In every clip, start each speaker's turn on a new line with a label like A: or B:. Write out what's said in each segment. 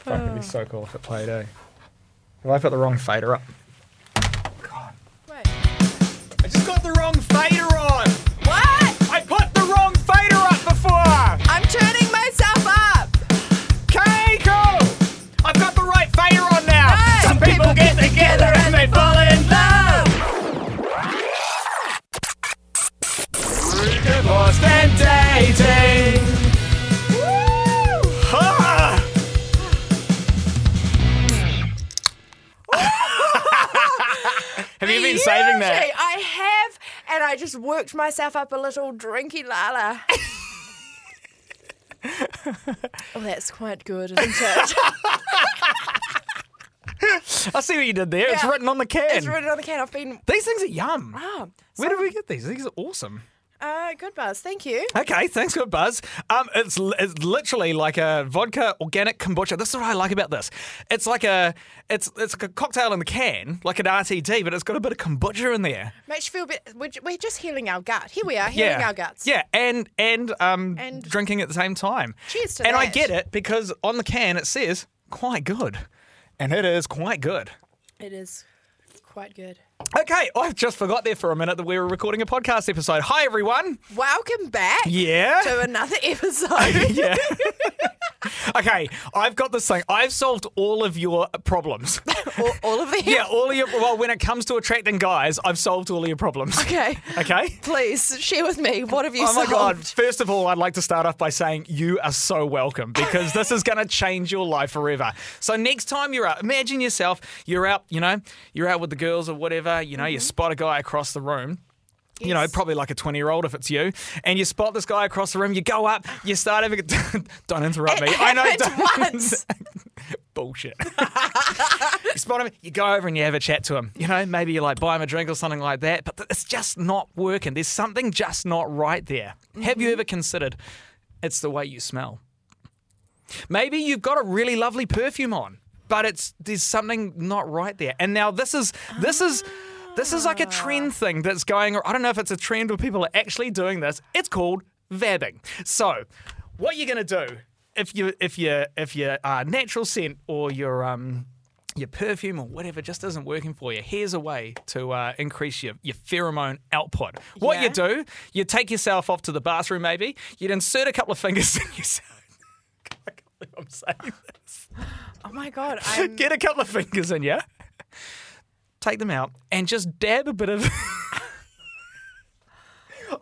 A: Fuck, it'd be so cool if it played, eh? Have I put the wrong fader up? God.
B: Wait.
A: I just got the wrong fader on!
B: What?
A: I put the wrong fader up before!
B: I'm turning myself up.
A: Keiko! I've got the right fader on now!
B: Hey!
A: Some people get together and they fall in love! Divorced and dating! Woo! Ha! Have you been saving that?
B: Usually I have, and I just worked myself up a little drinky lala. oh, that's quite good, isn't it?
A: I see what you did there. It's
B: Yeah.
A: written on the can.
B: it's written on the can. I've been.
A: These things are yum.
B: Oh,
A: Where did we get these? These are awesome.
B: uh, good buzz. Thank you.
A: Okay, thanks, good buzz. Um, it's li- it's literally like a vodka organic kombucha. This is what I like about this. It's like a it's it's like a cocktail in the can, like an RTD, but it's got a bit of kombucha in there.
B: Makes you feel a bit. We're, ju- we're just healing our gut. Here we are, healing
A: yeah,
B: our guts.
A: Yeah, and and um
B: And-
A: drinking at the same time.
B: Cheers to
A: And I
B: that.
A: get it because on the can it says quite good, and it is quite good.
B: It is quite good.
A: Okay, I've just forgot there for a minute that we were recording a podcast episode. Hi everyone.
B: Welcome back
A: Yeah.
B: to another episode.
A: yeah. okay, I've got this thing. I've solved all of your problems.
B: all, all of them.
A: yeah, all of your. Well, when it comes to attracting guys, I've solved all of your problems.
B: Okay.
A: Okay.
B: Please share with me. What have you
A: Oh my God.
B: solved?
A: First of all, I'd like to start off by saying you are so welcome because this is going to change your life forever. So, next time you're out, imagine yourself, you're out, you know, you're out with the girls or whatever, you know, you spot a guy across the room. You know,
B: Mm-hmm. Yes.
A: probably like a 20 year old if it's you, and you spot this guy across the room, you go up, you start having a. don't interrupt me. I know.
B: It's
A: don't-
B: once.
A: bullshit. you spot him, you go over and you have a chat to him. You know, maybe you like buy him a drink or something like that, but th- it's just not working. There's something just not right there. Have you ever considered it's the way you smell? Maybe you've got a really lovely perfume on, but it's there's something not right there. And now this is this is this is like a trend thing that's going. I don't know if it's a trend where people are actually doing this. It's called vabbing. So, what you're gonna do if you if you if your uh, natural scent or your um your perfume or whatever just isn't working for you. Here's a way to uh, increase your, your pheromone output. What you
B: Yeah.
A: do, you take yourself off to the bathroom, maybe, you'd insert a couple of fingers in yourself. I can't believe I'm saying this.
B: Oh my God. I'm
A: Get a couple of fingers in you, take them out, and just dab a bit of.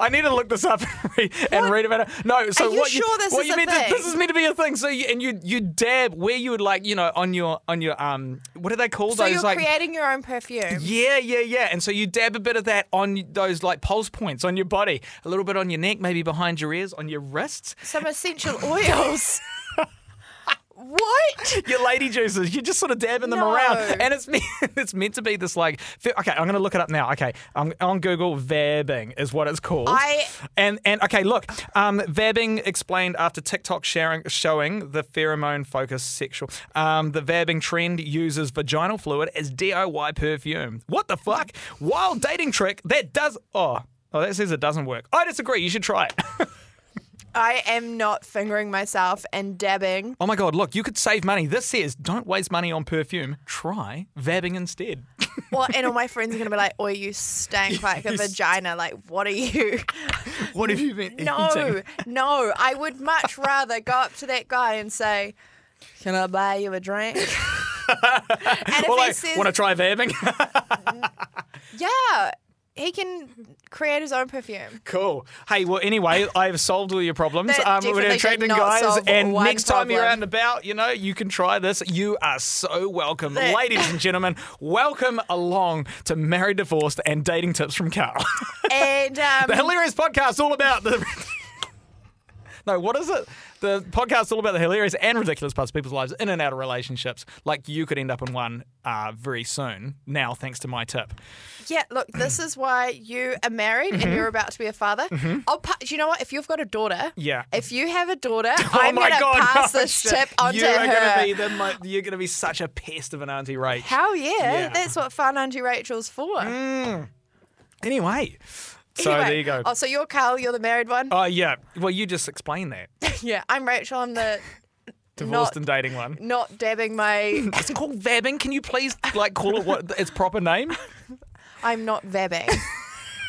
A: I need to look this up and read, and read about it. No, so
B: Are you
A: what
B: sure this
A: what
B: is
A: you
B: a
A: meant To,
B: thing?
A: this is meant to be a thing. So you, and you you dab where you would like, you know, on your on your um, what are they called?
B: So
A: those
B: you're
A: like
B: creating your own perfume.
A: yeah, yeah, yeah. And so you dab a bit of that on those like pulse points on your body, a little bit on your neck, maybe behind your ears, on your wrists.
B: Some essential oils. what?
A: Your lady juices, you're just sort of dabbing them
B: No.
A: around, and it's me- it's meant to be this like. fe- Okay, I'm gonna look it up now. Okay, I'm on Google. Vabbing is what it's called.
B: I-
A: and and okay, look, um, vabbing explained after TikTok sharing showing the pheromone focused sexual. Um, the vabbing trend uses vaginal fluid as DIY perfume. What the fuck? Wild dating trick that does. Oh, oh, that says it doesn't work. I disagree. You should try it.
B: I am not fingering myself and dabbing.
A: Oh my God, look, you could save money. This says don't waste money on perfume. Try vabbing instead.
B: Well, and all my friends are gonna be like, "Oh, you stank like a
A: You
B: vagina. Like, what are you?"
A: What have you been
B: No, no. I would much rather go up to that guy and say, "Can I buy you a drink?" and if
A: Well,
B: he
A: I
B: says,
A: want to try vabbing.
B: "Yeah," he can create his own perfume.
A: cool. Hey, well, anyway, I've solved all your problems. Um,
B: That
A: we're
B: definitely did
A: attracting
B: not
A: guys,
B: solve
A: and
B: one
A: next time you're
B: problem.
A: out and about, you know, you can try this. You are so welcome,
B: That-
A: ladies and gentlemen. Welcome along to Married, Divorced, and Dating Tips from Carl.
B: And um,
A: the hilarious podcast all about the. No, what is it? The podcast's all about the hilarious and ridiculous parts of people's lives in and out of relationships. Like you could end up in one uh, very soon. Now, thanks to my tip.
B: Yeah, look, this is why you are married
A: Mm-hmm.
B: and you're about to be a father. I'll pa- you know what? If you've got a daughter,
A: Yeah.
B: If you have a daughter,
A: Oh
B: I'm
A: my
B: gonna
A: god!
B: pass
A: no,
B: this
A: shit.
B: tip on
A: you
B: to
A: are
B: her.
A: Gonna be the, mo- you're going to be such a pest of an auntie Rach.
B: Hell yeah,
A: Yeah.
B: That's what fun Auntie Rachel's for.
A: anyway, so
B: Anyway,
A: there you go.
B: Oh, so you're Carl, you're the married one.
A: Oh yeah. Well, you just explained that.
B: yeah, I'm Rachel. I'm the
A: divorced
B: Not-
A: and dating one.
B: Not dabbing my.
A: It's called vabbing. Can you please like call it what its proper name?
B: I'm not vabbing.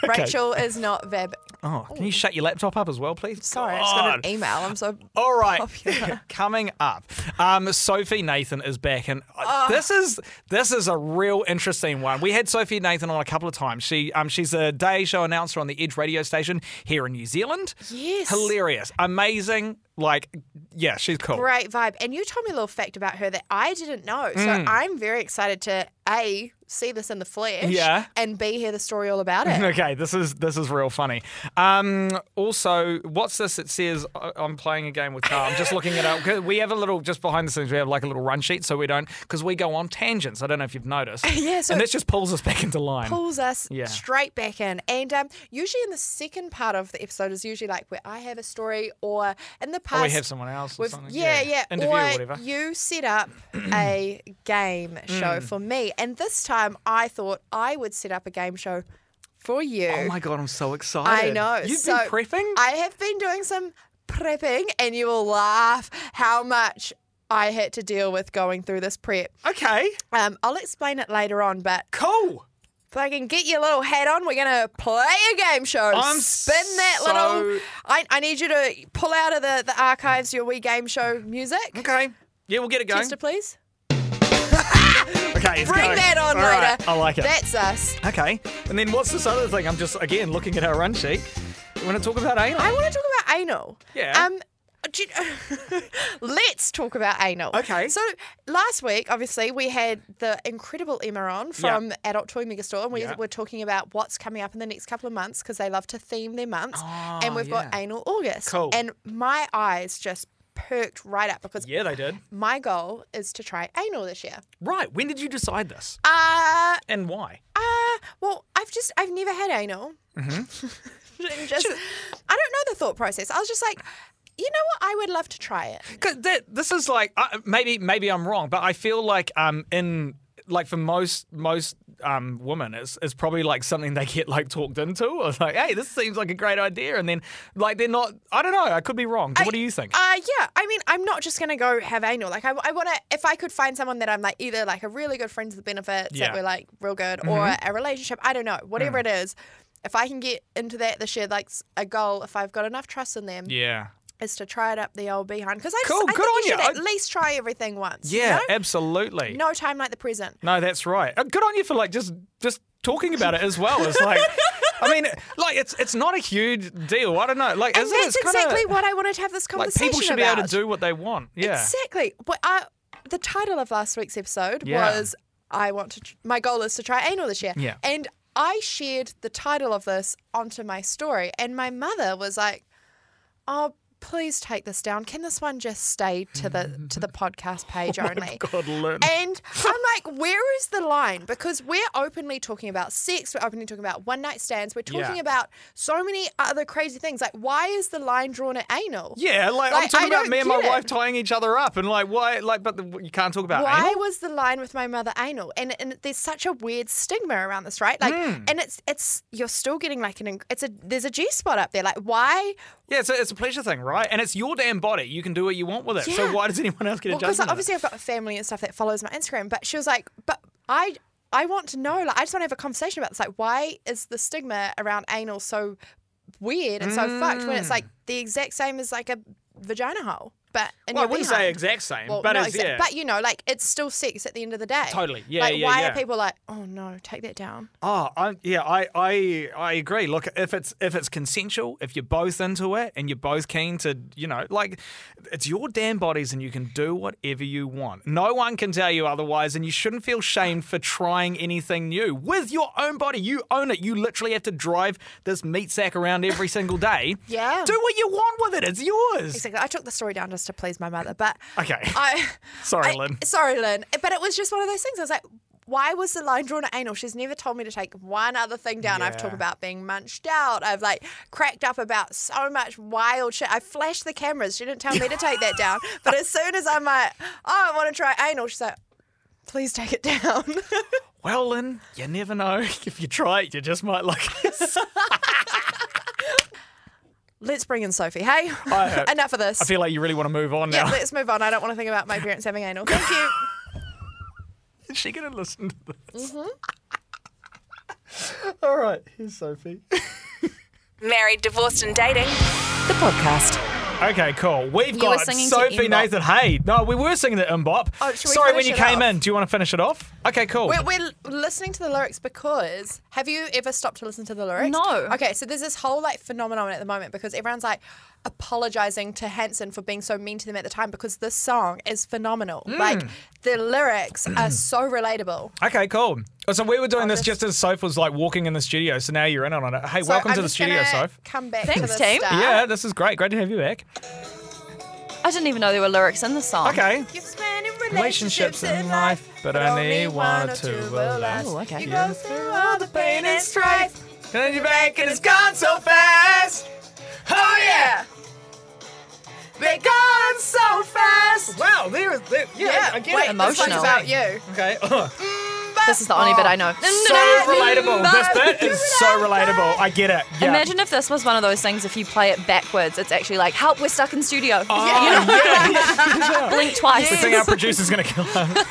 B: Rachel is not vabbing.
A: Oh, can you shut your laptop up as well, please?
B: Sorry, I just got
A: God.
B: an email. I'm so.
A: All right,
B: Popular.
A: coming up, um, Sophie Nathan is back, and uh, this is this is a real interesting one. We had Sophie Nathan on a couple of times. She um, she's a day show announcer on the Edge radio station here in New Zealand.
B: Yes.
A: hilarious, amazing. Like, yeah, she's cool.
B: Great vibe. And you told me a little fact about her that I didn't know. So
A: Mm.
B: I'm very excited to A, see this in the flesh.
A: Yeah.
B: And B, hear the story all about it.
A: Okay, this is this is real funny. Um, also, what's this? It says I- I'm playing a game with Carl. I'm just looking it up. 'Cause We have a little just behind the scenes. We have like a little run sheet, so we don't because we go on tangents. I don't know if you've noticed.
B: Yeah, so
A: and
B: it-
A: this just pulls us back into line.
B: pulls us
A: Yeah.
B: straight back in. And um, usually in the second part of the episode is usually like where I have a story or in the past.
A: or we have someone else. Or
B: we've-
A: something.
B: yeah, yeah.
A: Interview or, whatever. Mm.
B: you set up a game show for me. And this time I thought I would set up a game show for you.
A: Oh my god, I'm so excited.
B: I know.
A: You've
B: so
A: been prepping.
B: I have been doing some prepping, and you will laugh how much I had to deal with going through this prep.
A: okay,
B: Um, I'll explain it later on, but
A: cool.
B: if I can get your little hat on, we're gonna play a game show.
A: I'm
B: spin that
A: so-
B: little. I, I need you to pull out of the, the archives your wee game show music.
A: Okay. Yeah, we'll get it going.
B: Tester, please.
A: okay, it's
B: Bring
A: going.
B: that on
A: All
B: later.
A: right, I like it.
B: That's us.
A: okay, and then what's this other thing? I'm just again looking at our run sheet. You want to talk about anal?
B: I want to talk about anal.
A: Yeah.
B: Um, do you- let's talk about anal.
A: Okay.
B: So last week, obviously, we had the incredible Emma on from Adult Toy Megastore, and we
A: Yeah.
B: were talking about what's coming up in the next couple of months because they love to theme their months, and
A: Ah,
B: we've got
A: yeah.
B: anal August.
A: Cool.
B: And my eyes just perked right up because
A: yeah, they did.
B: my goal is to try anal this year.
A: Right. When did you decide this?
B: Uh
A: And why?
B: uh, well, I've just, I've never had anal.
A: Mm-hmm.
B: And just, I don't know the thought process. I was just like, you know what? I would love to try it.
A: Cause that, this is like uh, maybe maybe I'm wrong, but I feel like um in like for most most um women, it's it's probably like something they get like talked into or like hey, this seems like a great idea, and then like they're not. I don't know. I could be wrong. what do you think?
B: Uh, yeah. I mean, I'm not just gonna go have anal. Like, I, I want to. If I could find someone that I'm like either like a really good friend to the benefits
A: Yeah. Mm-hmm. Mm.
B: that we're like real good, or a relationship. I don't know. Whatever it is, if I can get into that this year, like s- a goal, if I've got enough trust in them,
A: yeah.
B: is to try it up the old behind. Because I,
A: Cool,
B: just, I
A: good
B: think you
A: on
B: should
A: you.
B: at least try everything once. you
A: Yeah. eh.
B: know?
A: Absolutely.
B: No time like the present.
A: No, that's right. Uh, Good on you for like just just talking about it as well. It's like, I mean, like it's it's not a huge deal. I don't know. Like,
B: And
A: is
B: that's
A: it? It's kinda-
B: exactly what I wanted to have this
A: like
B: conversation
A: people should be
B: about.
A: able to do what they want. Yeah.
B: Exactly. Well, I, the title of last week's episode
A: Yeah.
B: was "I want to." Tr- my goal is to try anal this year.
A: Yeah.
B: And I shared the title of this onto my story, and my mother was like, "Oh." Please take this down. Can this one just stay to the to the podcast page only?
A: Oh God, learn.
B: And I'm like, where is the line? Because we're openly talking about sex, we're openly talking about one night stands, we're talking
A: Yeah.
B: about so many other crazy things. Like, why is the line drawn at anal?
A: Yeah, like, I'm
B: Like,
A: talking
B: I
A: about
B: don't
A: me and my
B: get it.
A: wife tying each other up, and like why? Like, but the, you can't talk about
B: Why
A: anal.
B: was the line with my mother anal? And and there's such a weird stigma around this, right? Like,
A: Hmm.
B: and it's it's you're still getting like an in- it's a there's a G spot up there. Like, why?
A: Yeah, it's a, it's a pleasure thing, right? And it's your damn body. You can do what you want with it. So
B: Yeah.
A: why does anyone else get a
B: Because
A: judgment?
B: obviously I've got a family and stuff that follows my Instagram. But she was like, but I I want to know. Like, I just want to have a conversation about this. Like, why is the stigma around anal so weird and so fucked when
A: Mm.
B: it's like the exact same as like a vagina hole? But in
A: well, I
B: your
A: wouldn't say
B: behind.
A: exact same,
B: Well,
A: but
B: not
A: it's
B: exact-
A: yeah.
B: but you know, like it's still sex at the end of the day.
A: Totally. Yeah,
B: Like,
A: yeah,
B: why
A: yeah.
B: are people like, oh no, take that down?
A: Oh, I, yeah, I, I I agree. Look, if it's if it's consensual, if you're both into it and you're both keen to, you know, like it's your damn bodies and you can do whatever you want. No one can tell you otherwise, and you shouldn't feel shamed for trying anything new with your own body. You own it. You literally have to drive this meat sack around every single day.
B: Yeah.
A: do what you want with it. It's yours.
B: Exactly. I took the story down just to please my mother, but
A: Okay.
B: I
A: Sorry,
B: I-
A: Lynn.
B: Sorry, Lynn. But it was just one of those things. I was like, why was the line drawn at anal? She's never told me to take one other thing down. I've talked
A: Yeah.
B: about being munched out. I've like cracked up about so much wild shit. I flashed the cameras. She didn't tell me to take that down. But as soon as I'm like, oh, I want to try anal, she's like, please take it down.
A: Well, Lynn, you never know. If you try it, you just might like it.
B: Let's bring in Sophie. Hey,
A: I-
B: enough of this.
A: I feel like you really want to move on
B: yeah,
A: now.
B: let's move on. I don't want to think about my parents having anal. Thank you.
A: Is she going to listen to this?
B: Mm-hmm.
A: All right, here's Sophie.
C: Married, divorced, and dating. The podcast.
A: Okay, cool. We've
C: You were
A: got
C: singing to
A: Sophie
C: Mbop.
A: Nathan. Hey, no, we were singing to Mbop.
B: Oh, should we
A: Sorry when you
B: finish it
A: came
B: off?
A: in. Do you want to finish it off? Okay, cool.
B: We're, we're listening to the lyrics because have you ever stopped to listen to the lyrics?
C: No.
B: Okay, so there's this whole like phenomenon at the moment because everyone's like apologizing to Hanson for being so mean to them at the time because this song is phenomenal.
C: Mm.
B: Like the lyrics are so relatable.
A: Okay, cool. Oh, So we were doing this
B: just-
A: just as Soph was like walking in the studio. So now you're in on it. Hey,
B: So
A: welcome
B: I'm
A: to the
B: just
A: studio,
B: gonna
A: Soph.
B: Come back.
C: Thanks,
B: to this
C: team.
B: stuff.
A: Yeah, this is great. Great to have you back.
C: I didn't even know there were lyrics in the song.
A: Okay.
B: You've spent in
A: Relationships in life, but only one or two will last.
C: Oh, okay.
B: You
C: Yeah.
B: go through all the pain and strife.
A: Then you're back and it's gone so fast. Oh yeah, they're gone so fast. Wow, there is. There, yeah,
B: Yeah,
A: I get
B: wait,
A: it.
C: this one's
A: Emotional.
B: about you.
A: Okay.
C: This is the only bit I know.
A: Oh. so relatable. This bit is so relatable. I get it. Yeah.
C: Imagine if this was one of those things. If you play it backwards, it's actually like, "Help, we're stuck in studio."
A: Oh, yeah.
C: Blink twice.
A: We think our producer's gonna kill us.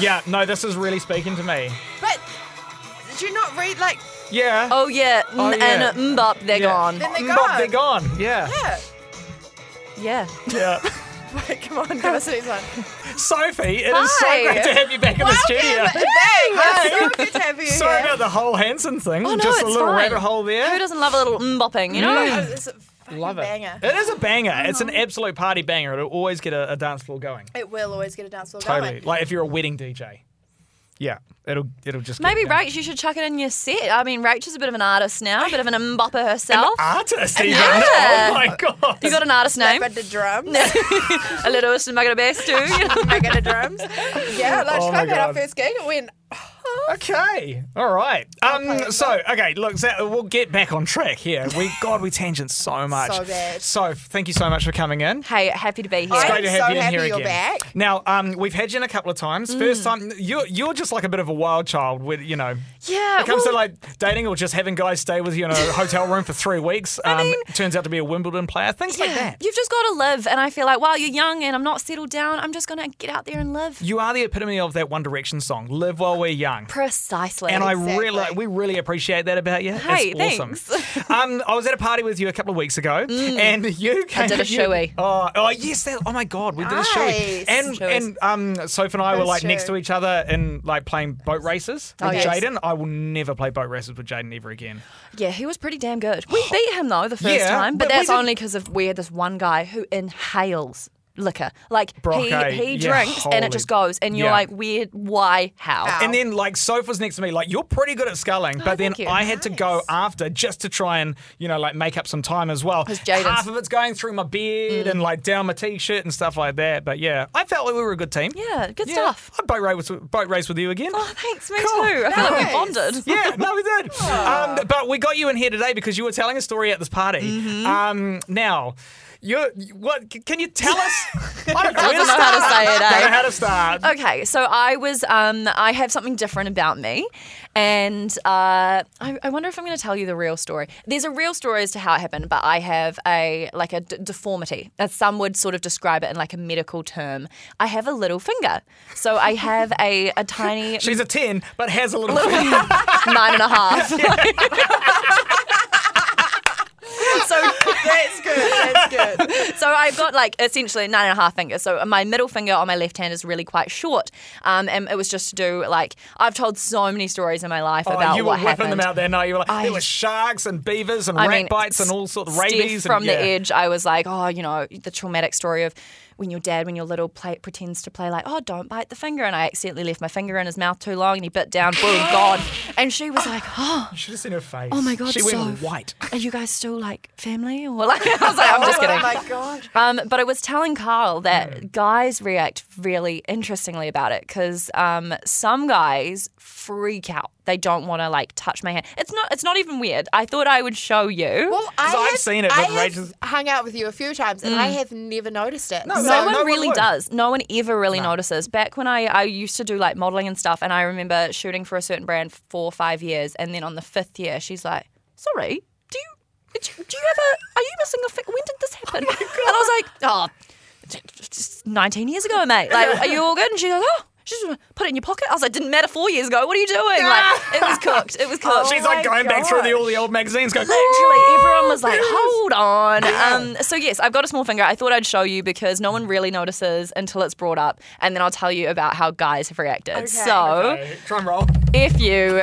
A: yeah, no, this is really speaking to me.
B: But did you not read like
A: Yeah.
C: Oh yeah, mm,
A: Oh, yeah.
C: and mbop, they're
A: Yeah.
C: gone.
B: Then- they're
A: Mm, but
B: gone.
A: They're gone. Yeah.
B: yeah.
C: Yeah.
A: Yeah.
B: Wait, come on, give us these one.
A: Sophie, it is so
C: Hi.
A: great to have you back in the studio.
B: Welcome back. It's so good to have you
A: Sorry
B: here.
A: about the whole Hanson thing.
C: Oh no,
A: Just
C: it's
A: a little
C: fine.
A: rabbit hole there. Mm.
C: Who doesn't love a little mbopping? You know.
B: Oh, it's a fucking
A: Love it.
B: banger.
A: It is a banger. It's
C: Uh-huh.
A: an absolute party banger. It'll always get a, a dance floor going.
B: It will always get a dance floor
A: Totally.
B: going.
A: Like if you're a wedding DJ. Yeah. It'll it'll just
C: Maybe
A: get it going.
C: Rach, you should chuck it in your set. I mean, Rach is a bit of an artist now, a bit of an mbopper herself.
A: artist even.
C: Yeah.
A: Oh my god.
C: You got an artist name?
B: But the drums,
C: a little Austin Mugger Bass too. you know?
B: I get the drums. Yeah, like
A: Oh
B: oh
A: my
B: had our
A: God.
B: first gig. It went.
A: Okay. All right. Um. So okay. Look, so we'll get back on track here. We God, we tangent so much.
B: So bad.
A: So thank you so much for coming in.
C: Hey, happy to be here.
A: It's
B: I'm
A: great to have
B: so
A: you in
B: happy
A: here
B: you're
A: again.
B: back. Mm.
A: Now, um, we've had you in a couple of times. First time, you're you're just like a bit of a wild child. With you know,
C: Yeah,
A: When it comes to
C: well-
A: like dating or just having guys stay with you in a hotel room for three weeks. Um, turns out to be a Wimbledon player. Things like that.
C: You've just got to live, and I feel like while you're young and I'm not settled down, I'm just gonna get out there and live.
A: You are the epitome of that One Direction song, "Live While We're Young."
C: Precisely.
A: And I
B: Exactly.
A: really, we really appreciate that about you.
C: Hey,
A: it's awesome.
C: thanks. Mm.
A: um, I was at a party with you a couple of weeks ago, and you came.
C: did a
A: you-
C: shoey.
A: Oh, oh yes, that, oh my god, we did a shoey.
B: Nice.
A: And
C: Shoeys.
A: and um, Soph and I were
B: That's
A: like next
B: true.
A: to each other and like playing boat races with
C: Oh, yes.
A: Jaden. I will never play boat races with Jaden ever again.
C: yeah, he was pretty damn good. We beat him though the first
A: Oh. Yeah,
C: time, but,
A: but we
C: that's
A: did-
C: only because of we had this one guy who inhales liquor. Like
A: Brock,
C: he
A: eh?
C: he
A: Yeah,
C: drinks and
A: holy-
C: it just goes, and you're
A: Yeah.
C: like, weird, why, how?
B: How?
A: And then like Soph was next to me, like you're pretty good at sculling, but then
C: Oh, thank you.
A: I had to go after just to try and you know like make up some time as well.
C: Jaden's-
A: Half of it's going through my beard
C: Mm.
A: and like down my t-shirt and stuff like that. But yeah, I felt like we were a good team.
C: Yeah, good stuff.
A: I boat race boat race with you again.
C: Oh, thanks, me
A: Cool.
C: too. I feel like we
B: Nice.
C: bonded.
A: Yeah, no, we did.
C: Ah.
A: Um, but we got you in here today because you were telling a story at this party.
C: Mm-hmm.
A: Um, now, you what? c- Can you tell us? I don't know, where
C: Doesn't know how to
A: start.
C: say it,
A: Don't know
C: eh?
A: how to start.
C: Okay, so I was, um, I have something different about me, and uh, I, I wonder if I'm going to tell you the real story. There's a real story as to how it happened, but I have a like a d- deformity, as some would sort of describe it in like a medical term. I have a little finger, so I have a a tiny
A: She's a ten, but has a little.
C: nine and a half. so
B: That's good. That's good.
C: so I've got like essentially nine and a half fingers. So my middle finger on my left hand is really quite short. Um, and it was just to do like I've told so many stories in my life
A: Oh,
C: about
A: you were
C: what
A: whipping
C: happened.
A: them out there. No, you were like
C: I-
A: there were sharks and beavers and
C: I
A: rat
C: mean,
A: bites and all sorts of
C: Steph
A: rabies.
C: from
A: and,
C: the
A: yeah.
C: edge, I was like, oh, you know, the traumatic story of when your dad, when you're little, play, pretends to play like, oh, don't bite the finger, and I accidentally left my finger in his mouth too long, and he bit down, boom, gone. And she was like, oh,
A: You should have seen her face.
C: oh my god,
A: she went
C: Soph,
A: white.
C: Are you guys still like family? Or like, I was like, I'm just kidding.
B: Oh my god.
C: Um, but I was telling Carl that guys react really interestingly about it because um, some guys freak out. They don't want to like touch my hand. It's not. It's not even weird. I thought I would show you.
B: Well, I
A: I've
B: have-
A: seen it,
B: I
A: but Rach
B: have
A: is-
B: hung out with you a few times, and
C: Mm.
B: I have never noticed it.
A: No,
C: no one
A: one
C: really
A: would.
C: does. No one ever really notices. Back when I, I used to do like modeling and stuff, and I remember shooting for a certain brand for four or five years, and then on the fifth year, she's like, "Sorry, do you do you, do you ever? Are you missing a finger? When did this happen?
A: Oh
C: and I was like, oh, just 19 years ago, mate. Like, are you all good? And she goes, oh. She just put it in your pocket. I was like, didn't matter four years ago. What are you doing? Like, it was cooked. It was cooked.
A: Oh, She's like
B: my
A: going back through the,
B: gosh.
A: all the old magazines, going.
C: Oh
B: Oh,
C: Literally, everyone was like, hold on. Um, so, yes, I've got a small finger. I thought I'd show you because no one really notices until it's brought up. And then I'll tell you about how guys have reacted. so,
A: Okay, Drum roll.
C: if you.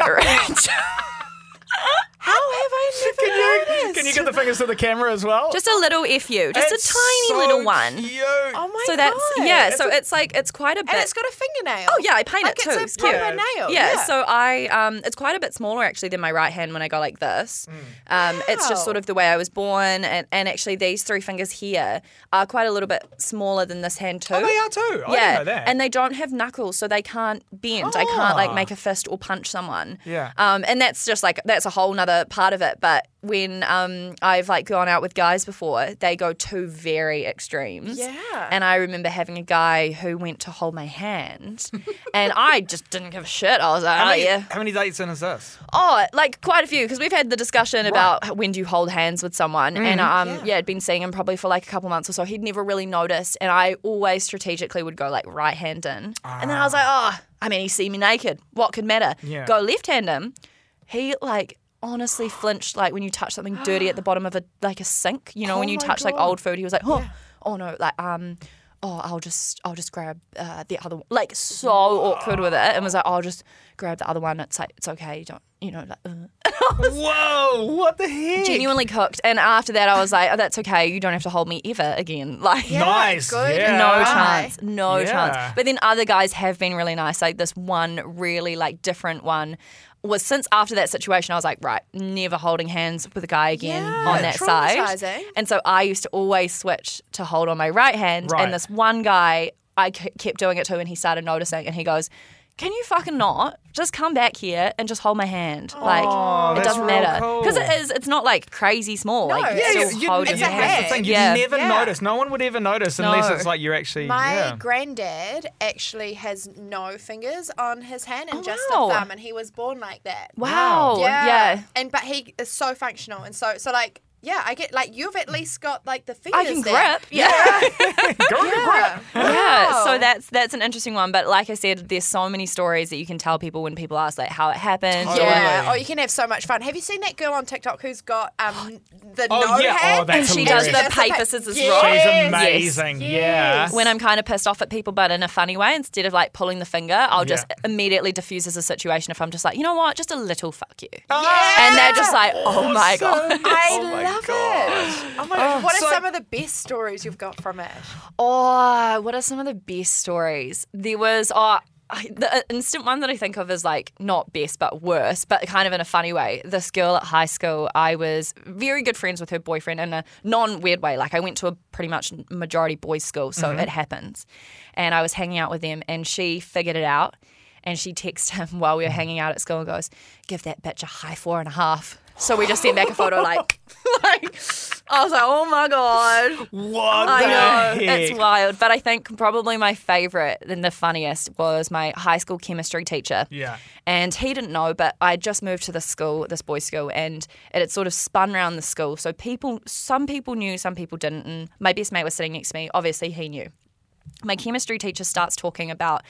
B: How have I never
A: Can you,
B: noticed?
A: can you get the fingers to the camera as well?
C: just a little if you, just
A: It's
C: a tiny
A: so
C: little one.
A: Cute.
B: Oh my
C: so that's
B: God.
C: yeah.
B: It's
C: so
B: a-
C: it's like it's quite a bit.
B: and it's got a fingernail.
C: oh yeah, I paint
B: like
C: it too.
B: it's a
C: It's cute.
B: proper nail.
C: Yeah, so I um, it's quite a bit smaller actually than my right hand when I go like this.
A: Mm.
C: Um, It's just
B: Wow.
C: sort of the way I was born, and, and actually these three fingers here are quite a little bit smaller than this hand too.
A: Oh, they are too. I
C: yeah,
A: didn't know that.
C: and they don't have knuckles, so they can't bend. I
A: Ah.
C: can't like make a fist or punch someone.
A: Yeah.
C: Um, and that's just like that's a whole nother part of it. But when um, I've like gone out with guys before, they go to very extremes.
B: Yeah.
C: And I remember having a guy who went to hold my hand, and I just didn't give a shit. I was like,
A: how,
C: oh
A: many,
C: yeah,
A: how many dates in is this?
C: Oh, like quite a few because we've had the discussion about when do you hold hands with someone, and um, yeah.
B: Yeah.
C: I'd been seeing him probably for like a couple months or so. He'd never really noticed, and I always strategically would go like right hand in, and then I was like, oh, I mean, he's seen me naked. What could matter?
A: Yeah.
C: Go left hand him. He like honestly flinched like when you touch something dirty at the bottom of a like a sink. You know, when
B: Oh
C: you
B: my
C: touch like
B: God.
C: old food, he was like, oh, oh no, like um. Oh, I'll just, I'll just grab uh, the other one. Like so awkward with it, and was like, I'll just grab the other one. It's like it's okay. You don't, you know, like, uh,
A: Whoa! What the heck?
C: genuinely cooked. And after that, I was like, oh, that's okay. You don't have to hold me ever again. Like,
B: Yeah,
A: Nice,
B: Good
A: yeah.
C: no
B: guy.
C: chance, no
A: Yeah.
C: chance. But then other guys have been really nice. Like this one, really like different one. Was since after that situation, I was like, right, never holding hands with a guy again
B: Yeah,
C: on that side.
B: traumatising.
C: And so I used to always switch to hold on my right hand.
A: Right.
C: And this one guy, I k- kept doing it to, and he started noticing, and he goes. Can you fucking not just come back here and just hold my hand? like it
A: that's
C: doesn't
A: real
C: matter
A: cool.
C: because it is. It's not like crazy small. like you
B: Yeah,
C: still
B: you-
C: hold
B: it's
C: your
B: a
C: hand.
A: that's the
B: hand.
A: thing. You
C: Yeah.
A: never
B: Yeah.
A: notice. No one would ever notice unless
C: No.
A: it's like you're actually.
B: My
A: yeah.
B: granddad actually has no fingers on his hand and just
C: Oh, wow.
B: a thumb, and he was born like that.
C: Wow. Yeah.
B: And but he is so functional and so so like yeah, I get like you've at least got like the fingers.
C: I can
B: there.
C: grip. Yeah.
A: Go on, grab
B: Yeah.
C: Yeah, so
B: Wow.
C: that's that's an interesting one. But like I said, there's so many stories that you can tell people when people ask like how it happened.
A: Totally.
C: or-
B: Yeah. Oh, you can have so much fun. Have you seen that girl on TikTok who's got um the
A: Oh,
B: no
A: yeah. Oh,
B: hand?
A: that's
C: And she
A: hilarious.
C: does the
B: That's the
C: paper
B: pa-
C: scissors
B: Yes.
C: rock.
A: She's
B: Yes.
A: amazing.
B: Yes.
A: Yeah.
C: When I'm kind of pissed off at people, but in a funny way, instead of like pulling the finger, I'll just
A: Yeah.
C: immediately diffuse as a situation. If I'm just like, you know what, just a little fuck you,
A: Ah,
C: and they're just like, oh my god.
A: awesome.
B: I
A: Oh my
B: love
A: God.
B: it. Oh my god. What
A: so-
B: are some of the best stories you've got from it?
C: Oh, what are some of the best stories? There was oh, I, the instant one that I think of is like not best but worse, but kind of in a funny way. This girl at high school, I was very good friends with her boyfriend in a non weird way. Like I went to a pretty much majority boys' school, so it happens. And I was hanging out with them, and she figured it out, and she texted him while we were hanging out at school and goes, "Give that bitch a high four and a half." So we just sent back a photo like, like I was like, "Oh my god."
A: What the
C: I know
A: heck?
C: it's wild, but I think probably my favorite and the funniest was my high school chemistry teacher.
A: Yeah.
C: and he didn't know, but I had just moved to this school, this boys' school, and it had sort of spun around the school. So people, some people knew, some people didn't. And my best mate was sitting next to me. Obviously, he knew my chemistry teacher starts talking about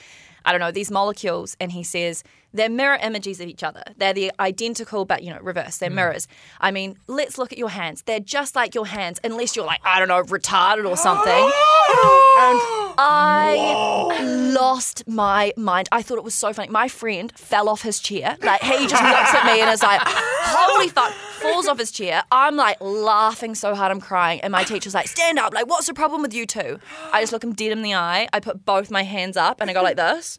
C: i don't know these molecules and he says they're mirror images of each other they're the identical but you know reverse they're mirrors i mean let's look at your hands they're just like your hands unless you're like i don't know retarded or
A: Oh!
C: something Oh, I lost my mind. I thought it was so funny. My friend fell off his chair. Like he just looks at me and is like, "Holy fuck!" Falls off his chair. I'm like laughing so hard I'm crying, and my teacher's like, "Stand up! Like, what's the problem with you two? I just look him dead in the eye. I put both my hands up and I go like this,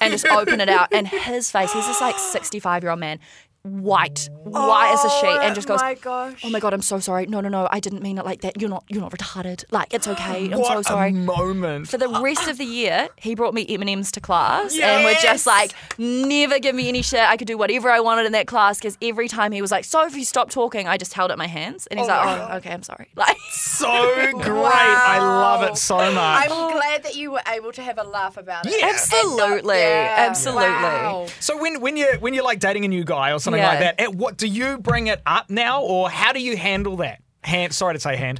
C: and just open it out. And his face, he's this like 65 year old man, white, white as a sheet, and just goes,
B: my gosh.
C: Oh my god, I'm so sorry. No, no, no, I didn't mean it like that. You're not, you're not retarded. Like it's okay. I'm
A: what
C: so sorry.
A: a moment.
C: For the rest of the year, he brought me M and M's to class, and we're just
A: Yes.
C: like, never give me any shit. I could do whatever I wanted in that class because every time he was like, Sophie, stop talking. I just held up my hands, and he's
A: Oh
C: like,
A: my
C: Oh, okay, I'm sorry. Like,
A: So great. I love it so much.
C: Oh.
B: I'm glad that you were able to have a laugh about it.
A: Yeah.
C: absolutely,
B: Yeah.
C: absolutely.
B: Wow.
A: So when when you when you're like dating a new guy or something like
C: Yeah.
A: that. At what do you bring it up now, or how do you handle that? Hand, sorry to say hand.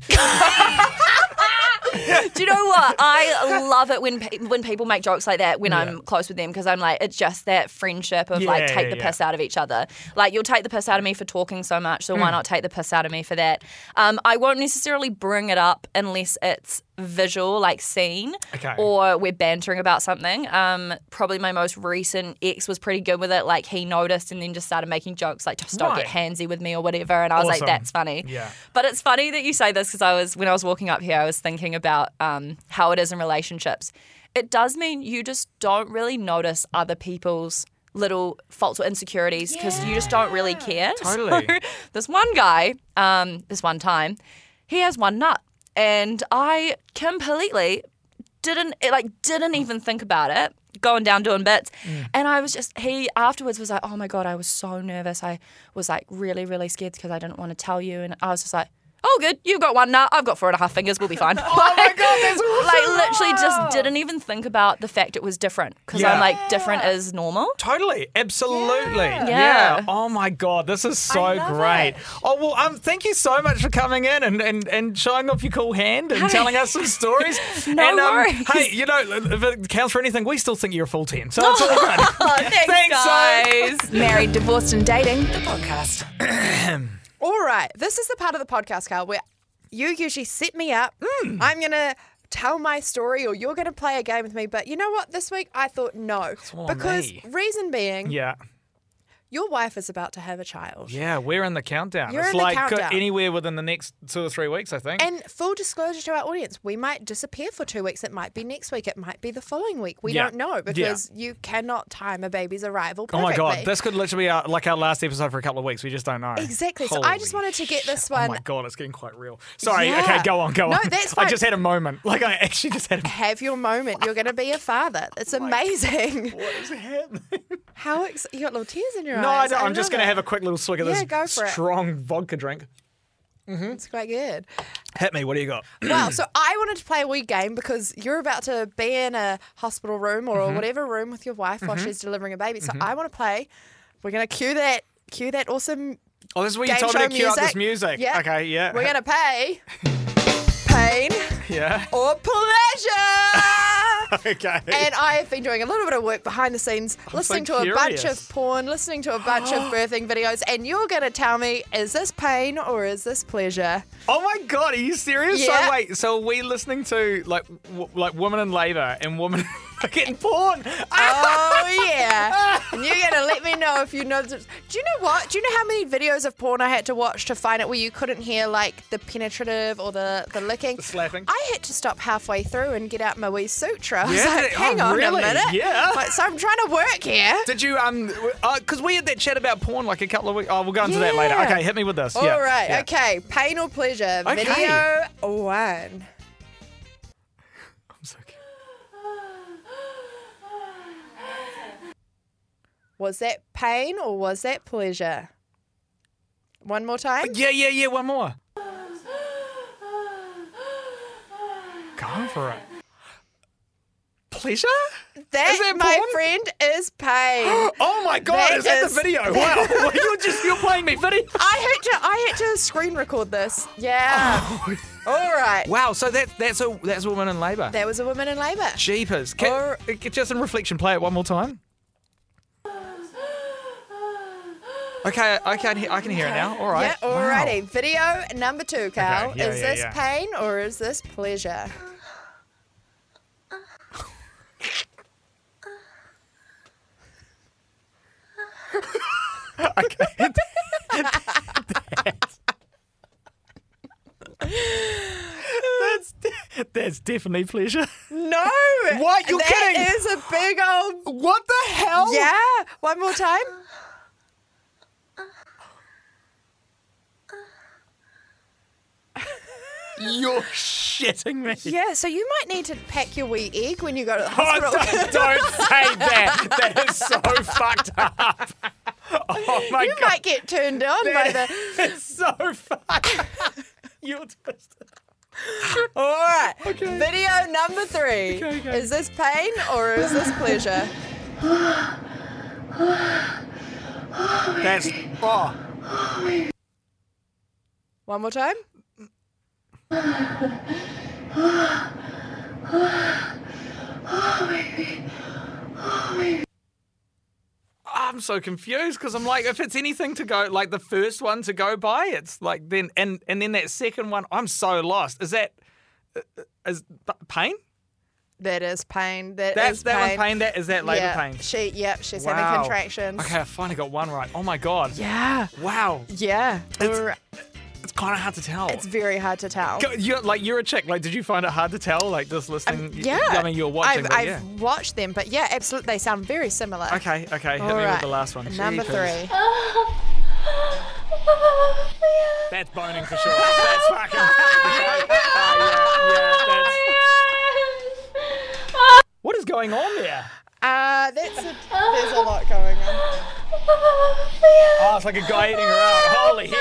C: Do you know what? I love it when pe- when people make jokes like that when I'm close with them because I'm like it's just that friendship of
A: Yeah,
C: like take
A: yeah,
C: the
A: yeah.
C: piss out of each other. Like you'll take the piss out of me for talking so much, so
A: Hmm.
C: why not take the piss out of me for that? Um, I won't necessarily bring it up unless it's visual, like seen,
A: Okay.
C: or we're bantering about something. Um, probably my most recent ex was pretty good with it. Like he noticed and then just started making jokes like just don't
A: Right.
C: get handsy with me or whatever. And I was
A: Awesome.
C: like, that's funny.
A: Yeah.
C: But it's funny that you say this because I was when I was walking up here, I was thinking about um, how it is in relationships. It does mean you just don't really notice other people's little faults or insecurities because you just don't really care.
A: Totally.
C: So, this one guy, um, this one time, he has one nut, and I completely didn't it, like didn't even think about it going down doing bits and i was just he afterwards was like oh my god i was so nervous i was like really really scared because i didn't want to tell you and i was just like oh good you've got one now i've got four and a half fingers we'll be fine oh my god
A: that's awesome.
C: like literally just didn't even think about the fact it was different because
A: Yeah.
C: i'm like different is normal
A: Totally, absolutely, yeah.
C: Yeah.
A: Oh my god, this is so
B: I love
A: great.
B: it.
A: Oh well, um, thank you so much for coming in and, and, and showing off your cool hand and telling us some stories.
C: No
A: and, um,
C: worries.
A: Hey, you know, if it counts for anything, we still think you're a full ten, so it's all good.
C: oh, thanks,
A: Thanks,
C: guys
D: Married, divorced, and dating the podcast.
B: All right, this is the part of the podcast, Carl, where you usually set me up.
A: Hmm.
B: I'm gonna tell my story, or you're gonna play a game with me. But you know what? This week I thought no,
A: all on
B: because
A: me.
B: reason being,
A: Yeah,
B: your wife is about to have a child.
A: yeah, we're in the countdown.
B: You're
A: it's
B: in the
A: like uh,
B: countdown.
A: anywhere within the next two or three weeks, I think.
B: And full disclosure to our audience, we might disappear for two weeks. It might be next week. It might be the following week. We
A: Yeah.
B: don't know
A: Yeah.
B: because you cannot time a baby's arrival
A: oh my
B: perfectly.
A: god, this could literally be our, like our last episode for a couple of weeks. We just don't know.
B: Exactly. So I just
A: Holy
B: wanted to get this
A: Oh
B: one.
A: my god, it's getting quite real. Sorry.
B: Yeah.
A: Okay, go on, go
B: No,
A: on.
B: that's
A: I
B: fine.
A: just had a moment. Like I actually just had a.
B: Have your moment. You're going to be a father.
A: Oh
B: It's amazing.
A: What is happening?
B: How ex- you got little tears in your
A: No, I
B: eyes.
A: don't. I'm just going to have a quick little swig of
B: Yeah,
A: this
B: go for it.
A: strong vodka drink.
B: a. It's quite good.
A: Hit me. What do you got?
B: wow. So I wanted to play a wee game because you're about to be in a hospital room or
A: Mm-hmm.
B: whatever room with your wife while she's delivering a baby. So I want to play. We're going to cue that. Cue that awesome
A: Oh, this is where you
B: game
A: told
B: show
A: me to cue
B: music.
A: up this music. Okay, yeah.
B: We're gonna pay pain
A: Yeah.
B: or pleasure.
A: okay.
B: And I have been doing a little bit of work behind the scenes, listening to a bunch
A: curious.
B: of porn, listening to a bunch of birthing videos, and you're gonna tell me is this pain or is this pleasure?
A: oh my god, are you serious?
B: Yeah.
A: So wait, so are we listening to like w- like women in labour and women getting porn? Ah!
B: Oh yeah. And you're gonna let me know if you know. Do you know what? Do you know how many videos of porn I had to watch to find out where you couldn't hear like the penetrative or the the licking, the
A: slapping.
B: I had to stop halfway through and get out my wee sutra. I was
A: Yeah,
B: like,
A: oh,
B: hang on
A: really?
B: a minute.
A: Yeah.
B: Like, so I'm trying to work here.
A: Did you um? Because we had that chat about porn like a couple of weeks. Oh, we'll go into that later.
B: Yeah.
A: Okay, hit me with this.
B: All
A: yeah.
B: right.
A: yeah.
B: Okay. Pain or pleasure.
A: Okay.
B: Video one.
A: I'm so curious.
B: Was that pain or was that pleasure? One more time.
A: Yeah, yeah, yeah. One more. Go for it. Pleasure?
B: That,
A: that
B: my
A: porn?
B: friend, is pain.
A: Oh my god!
B: That
A: is that
B: is-
A: the video? Wow! Well, you're just you're playing me video.
B: I had to I had to screen record this. Yeah. All right.
A: Wow! So that that's a that's a woman in labour.
B: There was a woman in labour.
A: Jeepers! Can,
B: Or-
A: uh, just in reflection, play it one more time. Okay, I can he- I can hear it now. All right.
B: Yeah, alrighty. Video number two, Carl.
A: Okay, yeah,
B: is
A: yeah,
B: this
A: yeah.
B: pain or is this pleasure?
A: Wow. Okay. that's that's definitely pleasure.
B: No.
A: What? You're
B: That
A: kidding.
B: is a big old
A: What the hell?
B: Yeah. One more time.
A: You're shitting me.
B: Yeah, so you might need to pack your wee egg when you go to the
A: Oh,
B: hospital.
A: don't, don't say that. That is so fucked up. Oh my
B: you
A: god.
B: might get turned on by the
A: It's so fucked. You're twisted.
B: All right.
A: Okay.
B: Video number three.
A: Okay, okay.
B: Is this pain or is this pleasure?
A: That's oh,
B: One more time.
A: I'm so confused because I'm like, if it's anything to go like the first one to go by, it's like then and and then that second one, I'm so lost. Is that uh, is pain?
B: That is pain.
A: That's that one pain. That is that labor
B: yeah.
A: pain.
B: She, yep, she's
A: Wow.
B: having contractions.
A: Okay, I finally got one right. Oh my god.
B: Yeah.
A: Wow.
B: Yeah. We're-
A: It's kind of hard to tell.
B: It's very hard to tell.
A: Go- You're, like you're a chick. Like, did you find it hard to tell? Like, just listening. y-
B: yeah.
A: I mean, you're watching.
B: I've,
A: but
B: I've
A: yeah.
B: watched them, but yeah, absolutely. They sound very similar.
A: Okay. Okay. Hit
B: All
A: me with
B: right.
A: the last one.
B: Number
A: Jeepers.
B: three.
A: That's boning for sure. That's fucking. Oh, yeah, yeah,
B: Oh
A: that's- What is going on there?
B: Uh, that's a, there's a lot going on.
A: Oh, it's like a guy eating her out.
B: Oh
A: Holy heck.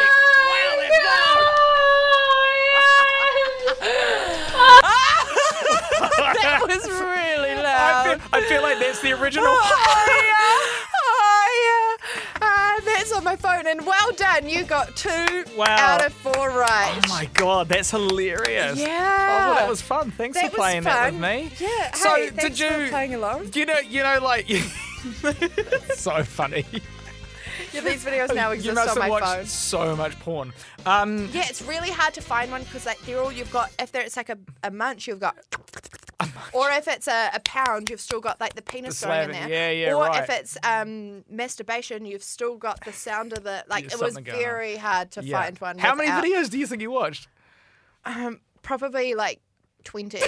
A: Wow, that's wild.
B: That was really
A: I
B: loud.
A: feel, I feel like that's the original.
B: oh, yeah. Oh, yeah. Uh, that's on my phone. And well done. You got two
A: Wow.
B: out of four right.
A: Oh my god, that's hilarious. Oh, well,
B: Yeah.
A: that was fun. Thanks
B: Ah, That
A: for
B: was
A: playing that with
B: fun.
A: me.
B: Yeah.
A: So
B: hey,
A: did
B: thanks
A: you?
B: for playing along?
A: you know, you know, like so funny.
B: Yeah, these videos now
A: you
B: exist
A: must
B: on
A: have
B: my
A: watched
B: phone.
A: so much porn. Um,
B: Yeah, it's really hard to find one because like they're all you've got. If they're, it's like a, a munch, you've got. Or if it's a, a pound, you've still got like the penis
A: The
B: going in
A: slapping.
B: there.
A: Yeah, yeah,
B: or
A: right.
B: if it's um, masturbation, you've still got the sound of the like.
A: There's
B: it was
A: something going on.
B: very hard to
A: yeah.
B: find one.
A: How many
B: without-
A: videos do you think you watched?
B: Probably like twenty.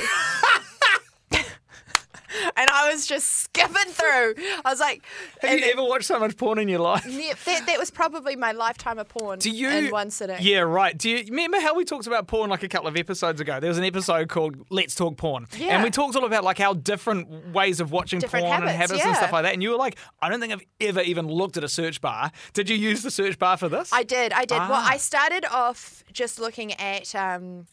B: and I was just skipping through. I was like,
A: Have
B: and
A: you
B: it-
A: ever watched so much porn in your life?
B: yeah, that, that was probably my lifetime of porn
A: Do you
B: in one sitting.
A: Yeah, right. Do you remember how we talked about porn like a couple of episodes ago? There was an episode called "Let's Talk Porn," and
B: Yeah.
A: we talked all about like our different ways of watching
B: Different
A: porn and
B: habits,
A: habits and
B: yeah.
A: stuff like that. And you were like, "I don't think I've ever even looked at a search bar." Did you use the search bar for this?
B: I did. I did. Well,
A: Ah.
B: I started off just looking at um,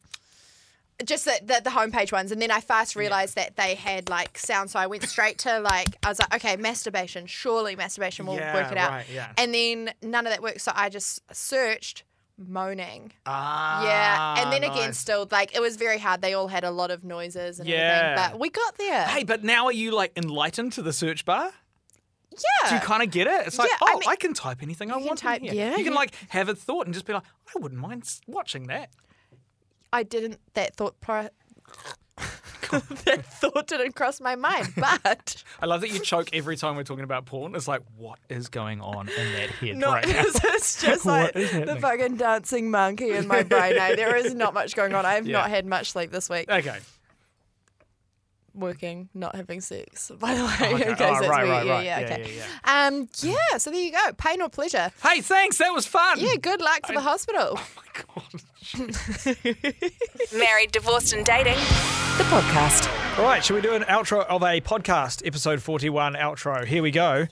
B: just the, the the homepage ones, and then I fast realized that they had like sound. So I went straight to like I was like, okay, masturbation. Surely masturbation will
A: Yeah,
B: work it out.
A: right, yeah.
B: And then none of that worked, so I just searched moaning.
A: Ah,
B: yeah, and then again,
A: nice.
B: still like it was very hard. They all had a lot of noises and
A: Yeah.
B: everything, but we got there.
A: Hey, but now are you like enlightened to the search bar?
B: yeah.
A: Do you kind of get it? It's like,
B: Yeah,
A: oh,
B: I
A: I,
B: mean-
A: can type anything I
B: can
A: want. in
B: type-
A: here.
B: yeah,
A: you can
B: you-
A: like have a thought and just be like, I wouldn't mind s- watching that.
B: I didn't that thought pro- that thought didn't cross my mind, but
A: I love that you choke every time we're talking about porn. It's like, what is going on in that head
B: no,
A: right now?
B: it's, it's just
A: What
B: like
A: is
B: the
A: happening?
B: fucking dancing monkey in my brain. eh? There is not much going on. I have
A: Yeah. Uh,
B: not had much sleep this week.
A: Okay.
B: Working, not having sex. By the way,
A: Okay.
B: okay,
A: Oh,
B: so that's
A: right,
B: me.
A: right,
B: yeah,
A: right.
B: yeah,
A: Yeah,
B: okay.
A: yeah,
B: Um, yeah. So there you go. Pain or pleasure.
A: Hey, thanks. That was fun.
B: Yeah. Good luck to the hospital.
D: Married, divorced, and dating. The podcast.
A: All right. Should we do an outro of a podcast episode forty-one outro? Here we go.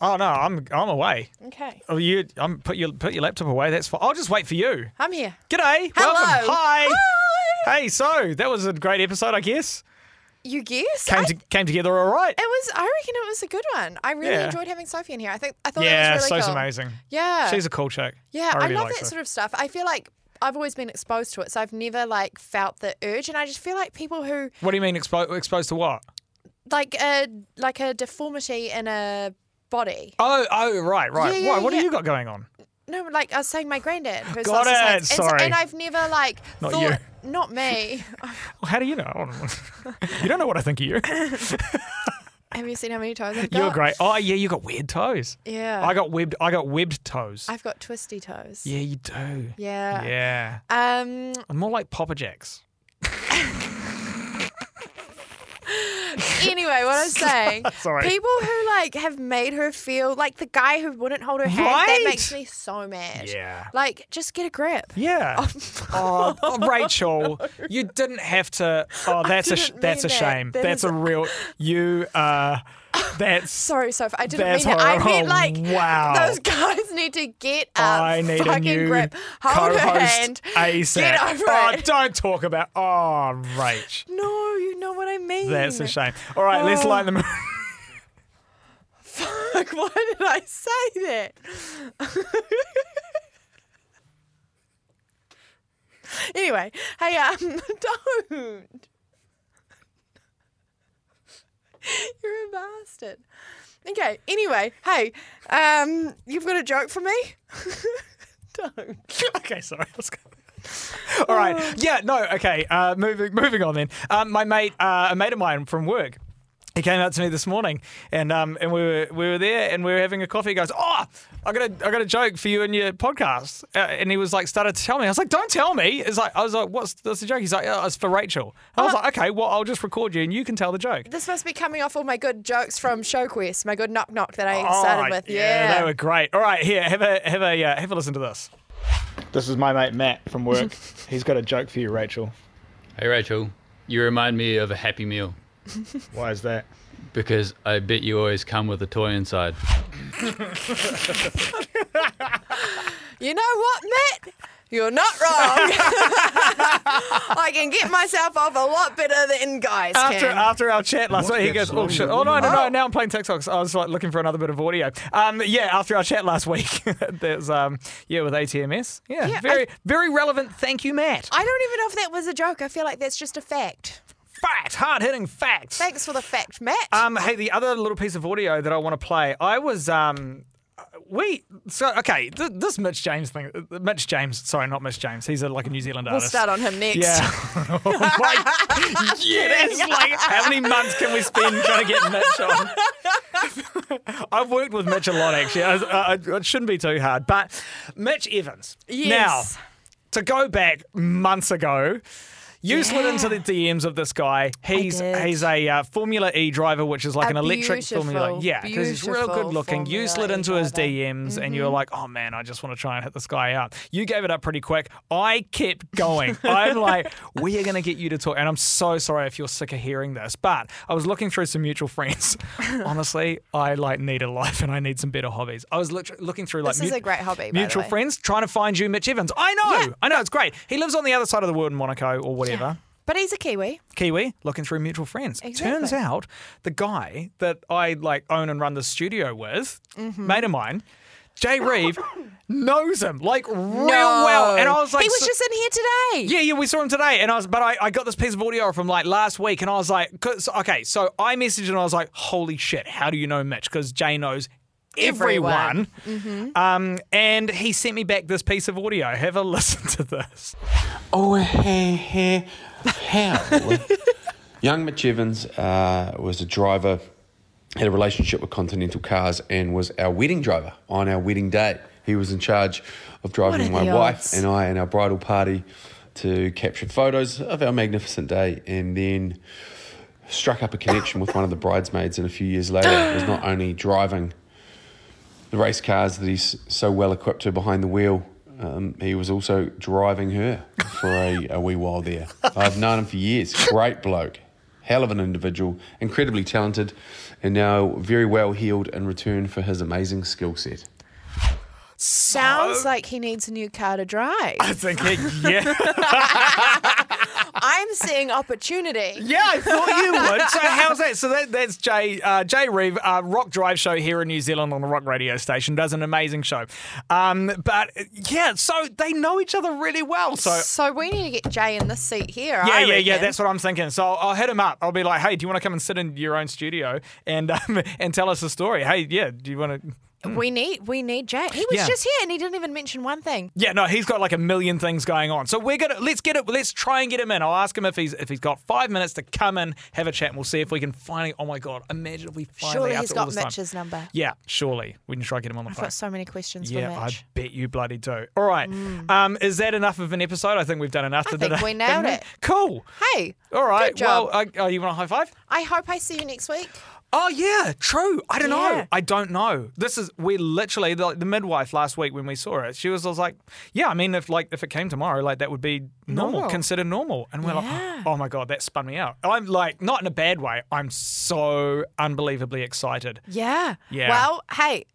A: Oh no, I'm I'm away.
B: Okay.
A: Oh, you, I'm put your put your laptop away. That's fine. I'll just wait for you.
B: I'm here.
A: G'day. Welcome.
B: Hello.
A: Hi. Hey. So that was a great episode, I guess.
B: You guess?
A: Came
B: I-
A: to, came together all right.
B: it was. I reckon it was a good one. I really
A: Yeah.
B: enjoyed having Sophie in here. I think I thought
A: yeah,
B: it was really
A: so's
B: cool.
A: amazing.
B: Yeah.
A: She's a cool chick.
B: Yeah,
A: I
B: I,
A: really
B: love
A: like
B: that
A: her.
B: sort of stuff. I feel like I've always been exposed to it, so I've never like felt the urge, and I just feel like people who
A: What do you mean expo- exposed to what?
B: like a like a deformity in a body.
A: Oh, oh, right, right.
B: Yeah, yeah,
A: Why? What
B: yeah.
A: have you got going on?
B: No, like I was saying, my granddad who's
A: Got
B: lost his hands.
A: it,
B: And, so-
A: sorry.
B: and I've never like
A: Not
B: thought.
A: you.
B: Not me.
A: Well, how do you know? I don't- you don't know what I think of you.
B: Have you seen how many toes I've got?
A: You're great. Oh yeah, you got weird toes.
B: Yeah.
A: I got webbed. I got webbed toes.
B: I've got twisty toes.
A: yeah, you do.
B: Yeah.
A: Yeah.
B: Um.
A: I'm more like Papa Jacks.
B: Anyway, what I'm saying,
A: Sorry.
B: people who like have made her feel like the guy who wouldn't hold her hand. That
A: Right?
B: makes me so mad.
A: Yeah.
B: Like, just get a grip.
A: Yeah. Oh, oh, Rachel, you didn't have to. Oh, that's a sh-
B: didn't
A: that's a
B: mean that.
A: shame.
B: That
A: that's
B: is-
A: a real. You. Uh, that's.
B: Sorry, Soph. I didn't
A: That's
B: mean it. I meant
A: horrible.
B: like
A: Wow.
B: those guys need to get a
A: I need a
B: fucking
A: new
B: grip. Hold
A: co-host
B: her hand.
A: ASAP.
B: Get over
A: oh,
B: it.
A: don't talk about. Oh, Rach,
B: No, Oh. you know what I mean.
A: that's a shame. All right, let's
B: Oh.
A: light the moon.
B: like, why did I say that? anyway, hey, um, don't. You're a bastard. Okay, anyway, hey, um, you've got a joke for me? don't.
A: okay, sorry. Let's go. All
B: Oh.
A: right. Yeah. No. Okay. Uh, moving. Moving on then. Um, my mate, uh, a mate of mine from work, he came up to me this morning, and um, and we were we were there, and we were having a coffee. He goes, "Oh, I got a I got a joke for you in your podcast," uh, and he was like, started to tell me. I was like, "Don't tell me." It's like I was like, "What's that's the joke?" He's like, oh, "It's for Rachel." I
B: Uh-huh.
A: was like, "Okay, well, I'll just record you, and you can tell the joke."
B: This must be coming off all my good jokes from ShowQuest, my good knock knock that I
A: All
B: started
A: right,
B: with.
A: yeah, they were great. All right, here, have a have a uh, have a listen to this.
E: This is my mate Matt from work. He's got a joke for you, Rachel.
F: Hey Rachel, you remind me of a Happy Meal
E: Why is that?
F: because I bet you always come with a toy inside.
B: You know what, Matt? You're not wrong. I can get myself off a lot better than guys
A: After
B: can.
A: after our chat last
G: What
A: week, he
G: gets
A: goes, "Oh
G: wrong
A: shit!
G: with
A: Oh no, no, no!
B: Oh.
A: Now I'm playing TikToks. I was like looking for another bit of audio. Um, yeah, after our chat last week, there's um, yeah, with ATMS. Yeah,
B: Yeah,
A: very very relevant. Thank you, Matt.
B: I don't even know if that was a joke. I feel like that's just a fact.
A: Fact, hard hitting facts.
B: Thanks for the fact, Matt.
A: Um, hey, the other little piece of audio that I want to play, I was um, we so okay. Th- this Mitch James thing, Mitch James. Sorry, not Mitch James. He's a, like a New Zealand
B: we'll
A: artist.
B: start on him next.
A: Yeah. oh my, yes. Like, how many months can we spend trying to get Mitch on? I've worked with Mitch a lot, actually. I, I, it shouldn't be too hard. But Mitch Evans.
B: Yes.
A: Now, to go back months ago, you slid into the DMs of this guy. He's
C: did.
A: he's a uh, Formula E driver, which is like
B: A
A: an electric Formula.
B: beautiful,
A: Yeah, because he's real
B: beautiful
A: good looking. You
B: Formula
A: slid
B: E
A: into his
B: driver.
A: DMs and you
B: Mm-hmm.
A: were like, oh man, I just want to try and hit this guy up. You gave it up pretty quick. I kept going. I'm like, we are going to get you to talk. And I'm so sorry if you're sick of hearing this, but I was looking through some mutual friends. Honestly, I like need a life and I need some better hobbies. I was lit- looking through like
B: This is a great hobby, by the
A: mutual
B: way.
A: friends trying to find you, Mitch Evans. I know, I know, it's great. He lives on the other side of the world in Monaco or whatever.
B: But he's a Kiwi.
A: Kiwi looking through mutual friends. Turns
B: Exactly.
A: out the guy that I like own and run the studio with,
B: Mm-hmm.
A: mate of mine, Jay Reeve, knows him like real well. And I was like,
B: he was
A: so-
B: just in here today.
A: yeah, yeah, we saw him today, and I was, but I, I got this piece of audio from like last week, and I was like, 'cause- okay, so I messaged and I was like, holy shit, how do you know Mitch? Because Jay knows everyone.
B: Mm-hmm.
A: Um, and he sent me back this piece of audio. Have a listen to this.
H: Oh, hey, hey, hell. Young Mitch Evans uh, was a driver, had a relationship with Continental Cars, and was our wedding driver on our wedding day. He was in charge of driving
B: What are
H: my
B: the
H: wife
B: odds?
H: and I and our bridal party to capture photos of our magnificent day and then struck up a connection with one of the bridesmaids. And a few years later, was not only driving the race cars that he's so well equipped to behind the wheel. Um, he was also driving her for a, a wee while there. I've known him for years. Great bloke. Hell of an individual. Incredibly talented. And now very well healed in return for his amazing skill set.
B: Sounds like he needs a new car to drive.
A: I think, he- yeah.
B: I'm seeing opportunity.
A: Yeah, I thought you would. So how's that? So that, that's Jay uh, Jay Reeve, uh, Rock Drive show here in New Zealand on the Rock Radio Station. Does an amazing show. Um, but yeah, so they know each other really well. So
B: So we need to get Jay in this seat here.
A: yeah,
B: I
A: yeah, yeah.
B: reckon.
A: That's what I'm thinking. So I'll, I'll hit him up. I'll be like, hey, do you want to come and sit in your own studio and um, and tell us a story? Hey, yeah, do you want to?
B: we need. We need Jay. He was
A: Yeah.
B: just here and he didn't even mention one thing.
A: Yeah, no, he's got like a million things going on. So we're gonna let's get it. Let's try and get him in. I'll ask him if he's if he's got five minutes to come in, have a chat, and we'll see if we can finally. Oh my god, imagine if we finally
B: Surely
A: after
B: he's
A: all
B: got
A: this time-
B: Mitch's number.
A: Yeah, surely we can try and get him on the
B: I've
A: phone.
B: got so many questions
A: yeah,
B: for
A: I
B: Mitch.
A: bet you bloody do. All right, um, is that enough of an episode? I think we've done enough. I
B: Mm. think we nailed it.
A: Cool.
B: hey.
A: All right.
B: Good job.
A: Well, I, oh, you want a high five?
B: I hope I see you next week.
A: Oh yeah, true. I don't
B: Yeah.
A: know. I don't know. This is we literally the, the midwife last week when we saw it. She was, I was like, yeah. I mean, if like if it came tomorrow, like that would be normal,
B: Normal.
A: considered normal. And we're
B: Yeah.
A: like, oh my god, that spun me out. I'm like, not in a bad way. I'm so unbelievably excited.
B: Yeah.
A: Yeah.
B: Well, hey,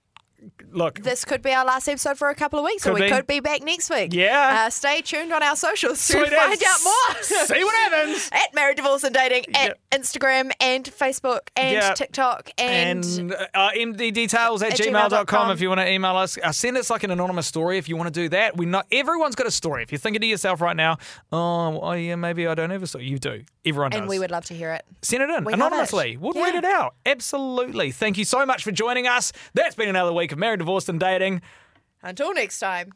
A: look,
B: This could be our last episode for a couple of weeks, or
A: Could
B: we
A: be.
B: could be back next week.
A: Yeah.
B: Uh, stay tuned on our socials to
A: Sweet
B: find
A: as.
B: out more.
A: See what happens.
B: at Married, Divorce, and Dating at Instagram and Facebook and
A: Yeah.
B: TikTok and,
A: And uh, mddetails at,
B: At
A: gmail.com,
B: gmail dot com.
A: if you want to email us. Uh, send us like an anonymous story if you want to do that. We not Everyone's got a story. If you're thinking to yourself right now, oh, well, yeah, maybe I don't have a story. You do. Everyone does.
B: and we would love to hear it.
A: Send it in
B: We love
A: anonymously.
B: it.
A: We'll
B: Yeah.
A: read it out. Absolutely. Thank you so much for joining us. That's been another week of Married, Divorced, and Dating.
B: Until next time.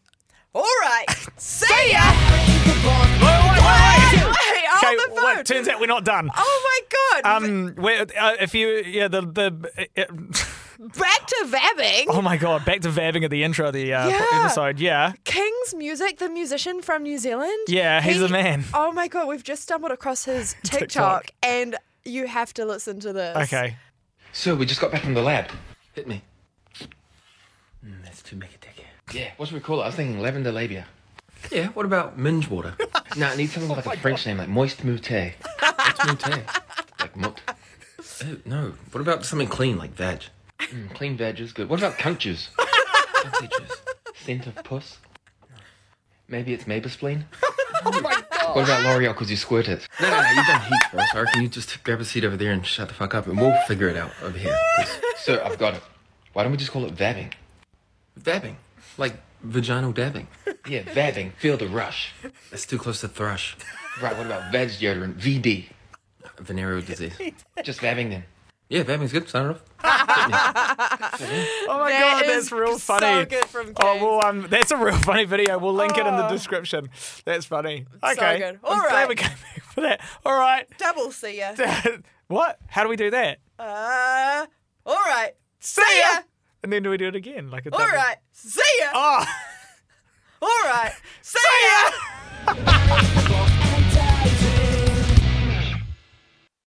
B: All right. See ya.
A: Wait, wait, wait.
B: Wait, on
A: Okay,
B: the
A: well,
B: phone.
A: turns out we're not done.
B: Oh my god.
A: Um, we're- uh, if you, yeah, the the. uh,
B: Back to vabbing.
A: oh my god! Back to vabbing at the intro of the uh,
B: Yeah.
A: episode. Yeah,
B: King's Music, the musician from New Zealand.
A: Yeah, he's the man.
B: Oh my god, we've just stumbled across his TikTok,
A: TikTok.
B: and you have to listen to this.
A: Okay.
H: So we just got back from the lab.
G: Hit me. Mm, that's too big a dick.
H: Yeah, what should we call it? I was thinking lavender labia.
G: Yeah, what about minge water? Oh
H: No, it needs something like a French name, like moist mouté.
G: What's mint tea?
H: Like mut.
G: Ew, Oh, no. What about something clean like veg?
H: Mm, clean veg is good. What about cunctures?
G: Fancy juice.
H: Scent of puss? Maybe it's Mabispline? oh my god! What about L'Oreal because you squirt it?
G: No, no, no, you've done heaps, bro. So I reckon you just grab a seat over there and shut the fuck up and we'll figure it out over here. 'Cause
H: So I've got it. Why don't we just call it vabbing?
G: Dabbing. Like vaginal dabbing.
H: Yeah, vabbing. Feel the rush.
G: That's too close to thrush.
H: Right, what about veg deodorant? VD.
G: Venereal disease.
H: Just vabbing then.
G: Yeah, dabbing's good. Sign it off.
A: Oh my
B: That
A: god,
B: is
A: that's real
B: so
A: funny.
B: good from
A: oh
B: Kings.
A: well, um, that's a real funny video. We'll link it in the
B: Oh.
A: description. That's funny. Okay.
B: good.
A: I'm
B: All
A: glad
B: right.
A: we came back for that. All right.
B: Double see ya.
A: what? How do we do that?
B: Uh, all right.
A: See
B: ya.
A: And then do we do it again? Like a
B: All
A: double-
B: right. See ya.
A: Oh.
B: All right. See ya.